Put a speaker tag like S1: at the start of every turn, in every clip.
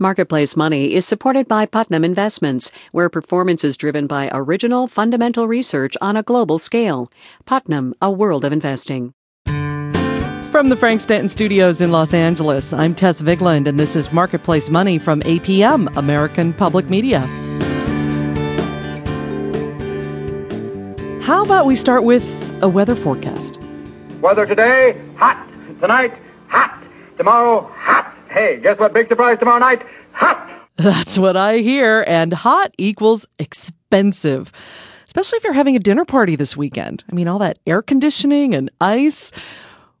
S1: Marketplace Money is supported by Putnam Investments, where performance is driven by original fundamental research on a global scale. Putnam, a world of investing.
S2: From the Frank Stanton Studios in Los Angeles, I'm Tess Vigland, and this is Marketplace Money from APM, American Public Media. How about we start with a weather forecast?
S3: Weather today, hot. Tonight, hot. Tomorrow, hot. Hey, guess what big surprise tomorrow night? Hot!
S2: That's what I hear, and hot equals expensive. Especially if you're having a dinner party this weekend. I mean, all that air conditioning and ice,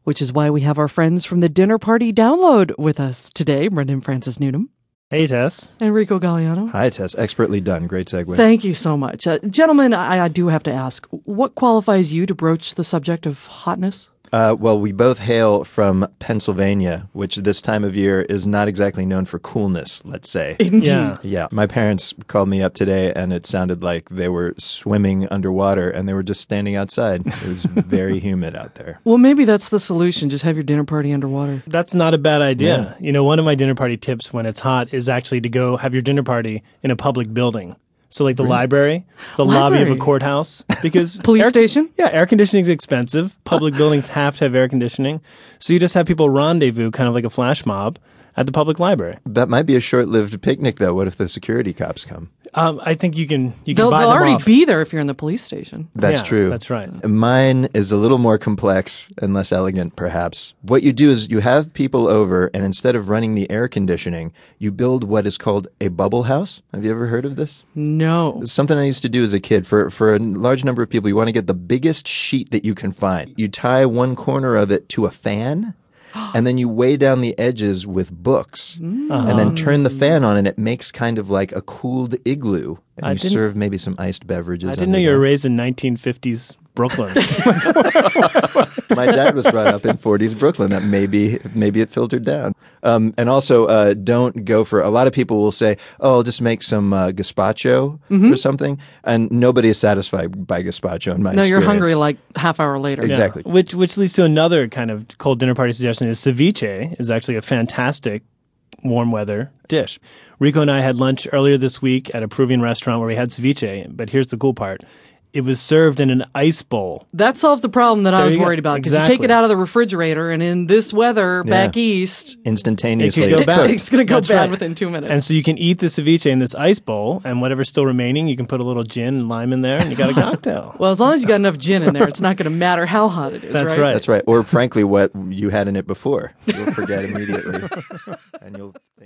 S2: which is why we have our friends from the dinner party download with us today Brendan Francis Newnham,
S4: Hey, Tess.
S2: Enrico Galliano.
S5: Hi, Tess. Expertly done. Great segue.
S2: Thank you so much. Uh, gentlemen, I, I do have to ask what qualifies you to broach the subject of hotness?
S5: Uh, well, we both hail from Pennsylvania, which this time of year is not exactly known for coolness, let's say.
S4: Yeah.
S5: yeah. My parents called me up today and it sounded like they were swimming underwater and they were just standing outside. It was very humid out there.
S2: Well, maybe that's the solution. Just have your dinner party underwater.
S4: That's not a bad idea. You know, one of my dinner party tips when it's hot is actually to go have your dinner party in a public building. So, like the library, the lobby of
S2: Library.
S4: a courthouse, because
S2: Police station?
S4: Yeah, air conditioning's expensive. Public buildings have to have air conditioning. So you just have people rendezvous, kind of like a flash mob, at the public library.
S5: That might be a short lived picnic, though. What if the security cops come?
S4: Um, I think you can you can
S2: They'll,
S4: buy
S2: they'll
S4: them
S2: already
S4: off.
S2: be there if you're in the police station.
S5: That's
S4: Yeah,
S5: true.
S4: That's right.
S5: Mine is a little more complex and less elegant, perhaps. What you do is you have people over, and instead of running the air conditioning, you build what is called a bubble house. Have you ever heard of this?
S2: No.
S5: something I used to do as a kid for for a large number of people. You want to get the biggest sheet that you can find. You tie one corner of it to a fan. And then you weigh down the edges with books, and
S4: Uh-huh.
S5: then turn the fan on, and it makes kind of like a cooled igloo. And
S4: I
S5: you
S4: didn't-
S5: serve maybe some iced beverages.
S4: I didn't know you were
S5: under
S4: raised in 1950s Brooklyn.
S5: that. My dad was brought up in '40s Brooklyn. That maybe maybe it filtered down. Um, and also, uh, don't go for. A lot of people will say, "Oh, I'll just make some uh, gazpacho or something," and nobody is satisfied by gazpacho. In my
S2: No, you're
S5: experience.
S2: hungry like half hour later.
S5: Exactly.
S4: Which which leads to another kind of cold dinner party suggestion is ceviche is actually a fantastic warm weather dish. Rico and I had lunch earlier this week at a Peruvian restaurant where we had ceviche, but here's the cool part. It was served in an ice bowl.
S2: That solves the problem that I
S4: There
S2: was
S4: you go.
S2: worried about because you take
S4: Exactly.
S2: it out of the refrigerator and in this weather back east,
S5: instantaneously.
S4: It could go
S5: it's
S4: bad.
S5: cooked.
S2: it's going to go
S4: That's
S2: bad
S4: right.
S2: within two minutes.
S4: And so you can eat the ceviche in this ice bowl, and whatever's still remaining, you can put a little gin and lime in there, and you got a cocktail.
S2: well, as long as you got enough gin in there, it's not going to matter how hot it is.
S4: That's
S2: right.
S4: right.
S5: That's right. Or frankly, what you had in it before. You'll forget immediately. and you'll